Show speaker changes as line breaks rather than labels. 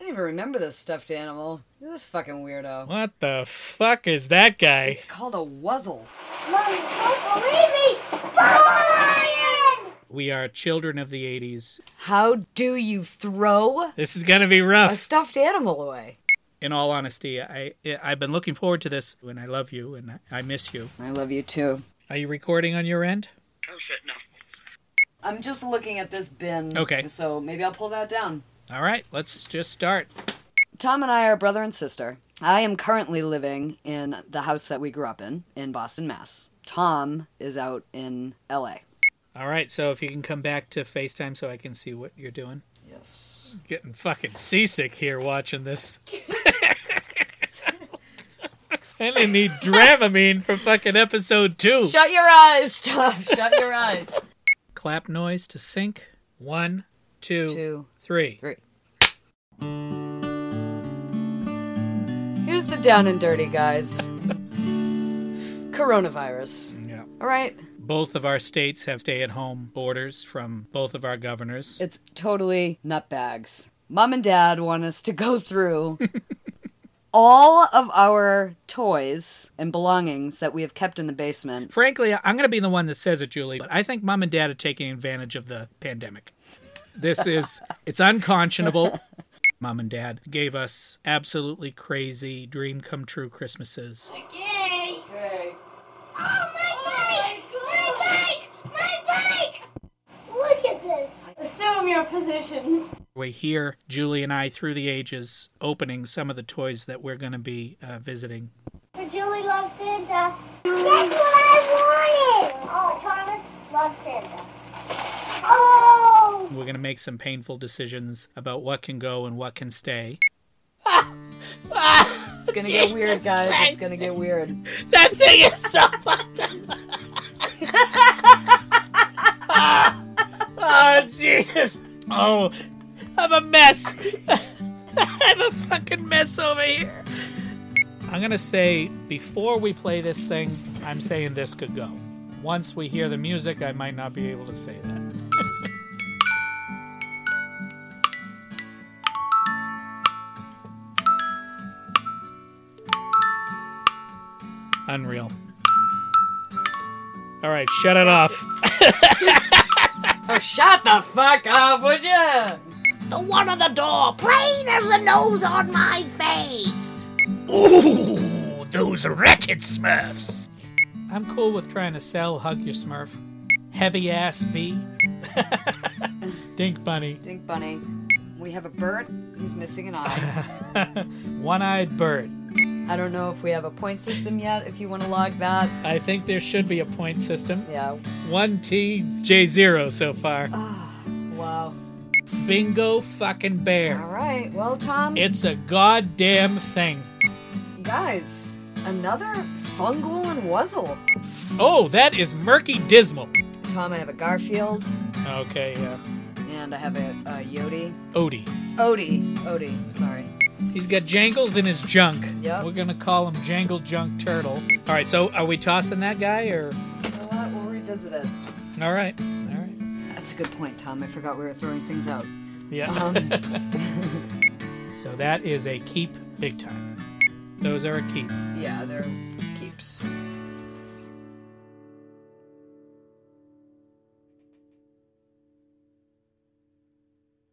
even remember this stuffed animal. Look at this fucking weirdo.
What the fuck is that guy?
It's called a wuzzle.
Mommy, don't believe me! Lion!
We are children of the 80s.
How do you throw
This is gonna be
a
rough.
stuffed animal away?
In all honesty, I I've been looking forward to this, and I love you, and I miss you.
I love you too.
Are you recording on your end?
Oh shit, no.
I'm just looking at this bin.
Okay.
So maybe I'll pull that down.
All right, let's just start.
Tom and I are brother and sister. I am currently living in the house that we grew up in, in Boston, Mass. Tom is out in LA.
All right, so if you can come back to FaceTime so I can see what you're doing.
Yes.
Getting fucking seasick here watching this. and I need Dramamine for fucking episode two.
Shut your eyes, Tom. Shut your eyes.
Clap noise to sync. One, two, three.
Two, three. Here's the down and dirty, guys. Coronavirus.
Yeah.
All right.
Both of our states have stay at home orders from both of our governors.
It's totally nutbags. Mom and dad want us to go through all of our toys and belongings that we have kept in the basement.
Frankly, I'm going to be the one that says it, Julie, but I think mom and dad are taking advantage of the pandemic. This is, it's unconscionable. Mom and dad gave us absolutely crazy, dream come true Christmases.
Gay! Oh, my
Oh,
bike! My bike! My bike! Look at this!
Assume your positions.
We hear Julie and I through the ages opening some of the toys that we're going to be uh, visiting.
Julie loves Santa. That's what I wanted! Oh, Thomas loves Santa. Oh!
We're going to make some painful decisions about what can go and what can stay.
It's gonna get weird, guys. It's gonna get weird.
That thing is so fucked up. Ah. oh Jesus! Oh, I'm a mess. I'm a fucking mess over here. I'm gonna say before we play this thing, I'm saying this could go. Once we hear the music, I might not be able to say that. Unreal. All right, shut it off.
Oh, shut the fuck up, would ya?
The one on the door. Pray there's a nose on my face.
Ooh, those wretched Smurfs! I'm cool with trying to sell Hug Your Smurf. Heavy ass bee. Dink bunny.
Dink Bunny, we have a bird. He's missing an eye.
One eyed bird.
I don't know if we have a point system yet. If you want to log that,
I think there should be a point system.
yeah.
1TJ0 so far.
Ah, Wow.
Bingo fucking
All
bear.
right. Well, Tom.
It's a goddamn thing.
Guys, another fungal and wuzzle.
Oh, that is murky dismal.
Tom, I have a Garfield
Okay, yeah.
and I have a, a Yodi.
Odie.
Odie. Odie, sorry.
He's got jangles in his junk.
Yep.
We're gonna call him Jangle Junk Turtle. All right, so are we tossing that guy or?
You know what? We'll revisit it.
All right, all right.
That's a good point, Tom. I forgot we were throwing things out.
Yeah.
Um,
So that is a keep big time. Those are a keep.
yeah, they're keeps.